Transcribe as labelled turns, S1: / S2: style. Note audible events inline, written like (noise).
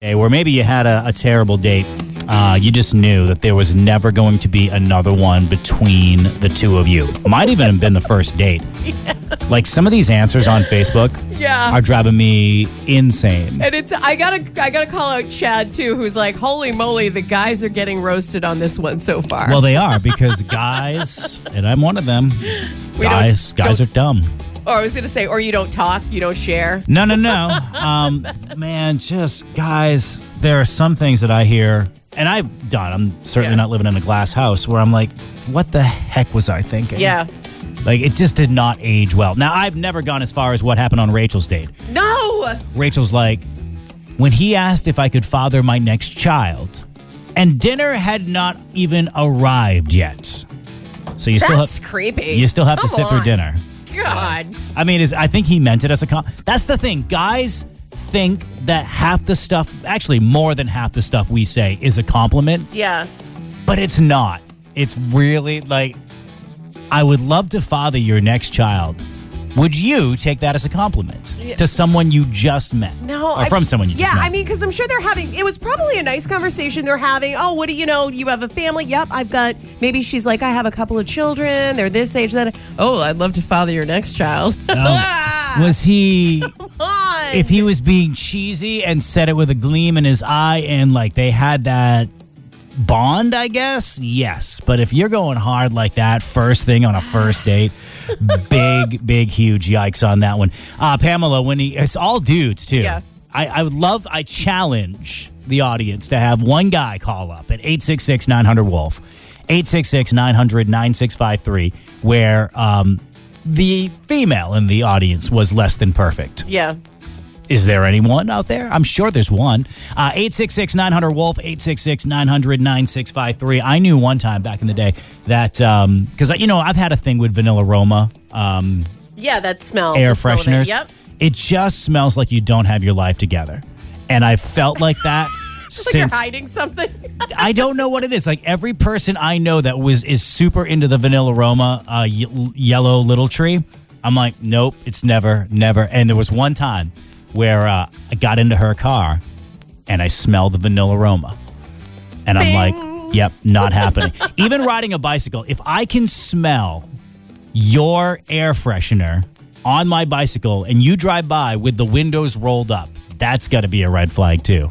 S1: day where maybe you had a, a terrible date. Uh, you just knew that there was never going to be another one between the two of you. Might even have been the first
S2: (laughs)
S1: date. Like some of these answers on Facebook
S2: Yeah.
S1: are driving me insane.
S2: And it's I gotta I gotta call out Chad too, who's like, holy moly, the guys are getting roasted on this one so far.
S1: Well, they are because guys, and I'm one of
S2: (laughs)
S1: them.
S2: don't-
S1: Guys, guys are dumb.
S2: or I was gonna say, or you don't talk, you don't share.
S1: No, no, no. Um, man, just guys, there are some things that I hear, and I've done. I'm certainly
S2: Yeah.
S1: not living in a glass house where I'm like, what the heck was I thinking?
S2: Yeah.
S1: Like it just did not age well. Now I've never gone as far as what happened on Rachel's date.
S2: No.
S1: Rachel's like, when he asked if I could father my next child, and dinner had not even arrived yet. So you still
S2: That's
S1: have
S2: creepy.
S1: you still have to
S2: Come
S1: sit
S2: on.
S1: through dinner.
S2: God.
S1: I mean, is I think he meant it as a con. That's the thing, guys. Think that half the stuff, actually more than half the stuff we say, is a compliment
S2: Yeah.
S1: but it's not. It's really like I would love to father your next child. Would you take that as a compliment to someone you just met?
S2: No.
S1: or
S2: I-
S1: from someone you
S2: Yeah,
S1: just met?
S2: I mean, because I'm sure they're having. It was probably a nice conversation they're having. Oh, what do you know? You have a family. Yep, I've got. Maybe she's like, I have a couple of children. They're this age. Then, oh, I'd love to father your next child.
S1: Um, was he?
S2: (laughs) on.
S1: If he was being cheesy and said it with a gleam in his eye, and like they had that bond, I guess yes. But if you're going hard like that first thing on a first date, big, big, huge yikes on that one. Uh, Pamela, when he, it's all dudes too.
S2: Yeah.
S1: I, I would love, I challenge the audience to have one guy call up at 866 900 Wolf, 866 900 9653, where um, the female in the audience was less than perfect.
S2: yeah.
S1: Is there anyone out there? I'm sure there's one. Uh, 866 900 Wolf, 866 900 9653. I knew one time back in the day that, because, I you know, I've had a thing with vanilla aroma. Um,
S2: Yeah, that smell.
S1: air
S2: the smell of it.
S1: fresheners.
S2: Yep.
S1: It just smells like you don't have your life together. And I felt like
S2: (laughs)
S1: that
S2: Like you're
S1: since
S2: hiding something.
S1: I don't know what it is. Like every person I know that was is super into the vanilla aroma uh, ye- yellow little tree. I'm like, nope, it's never, never. And there was one time where uh, I got into her car and I smelled the vanilla aroma. And I'm like, yep, not happening. (laughs) Even riding a bicycle, if I can smell your air freshener on my bicycle and you drive by with the windows rolled up, that's got to be a red flag too.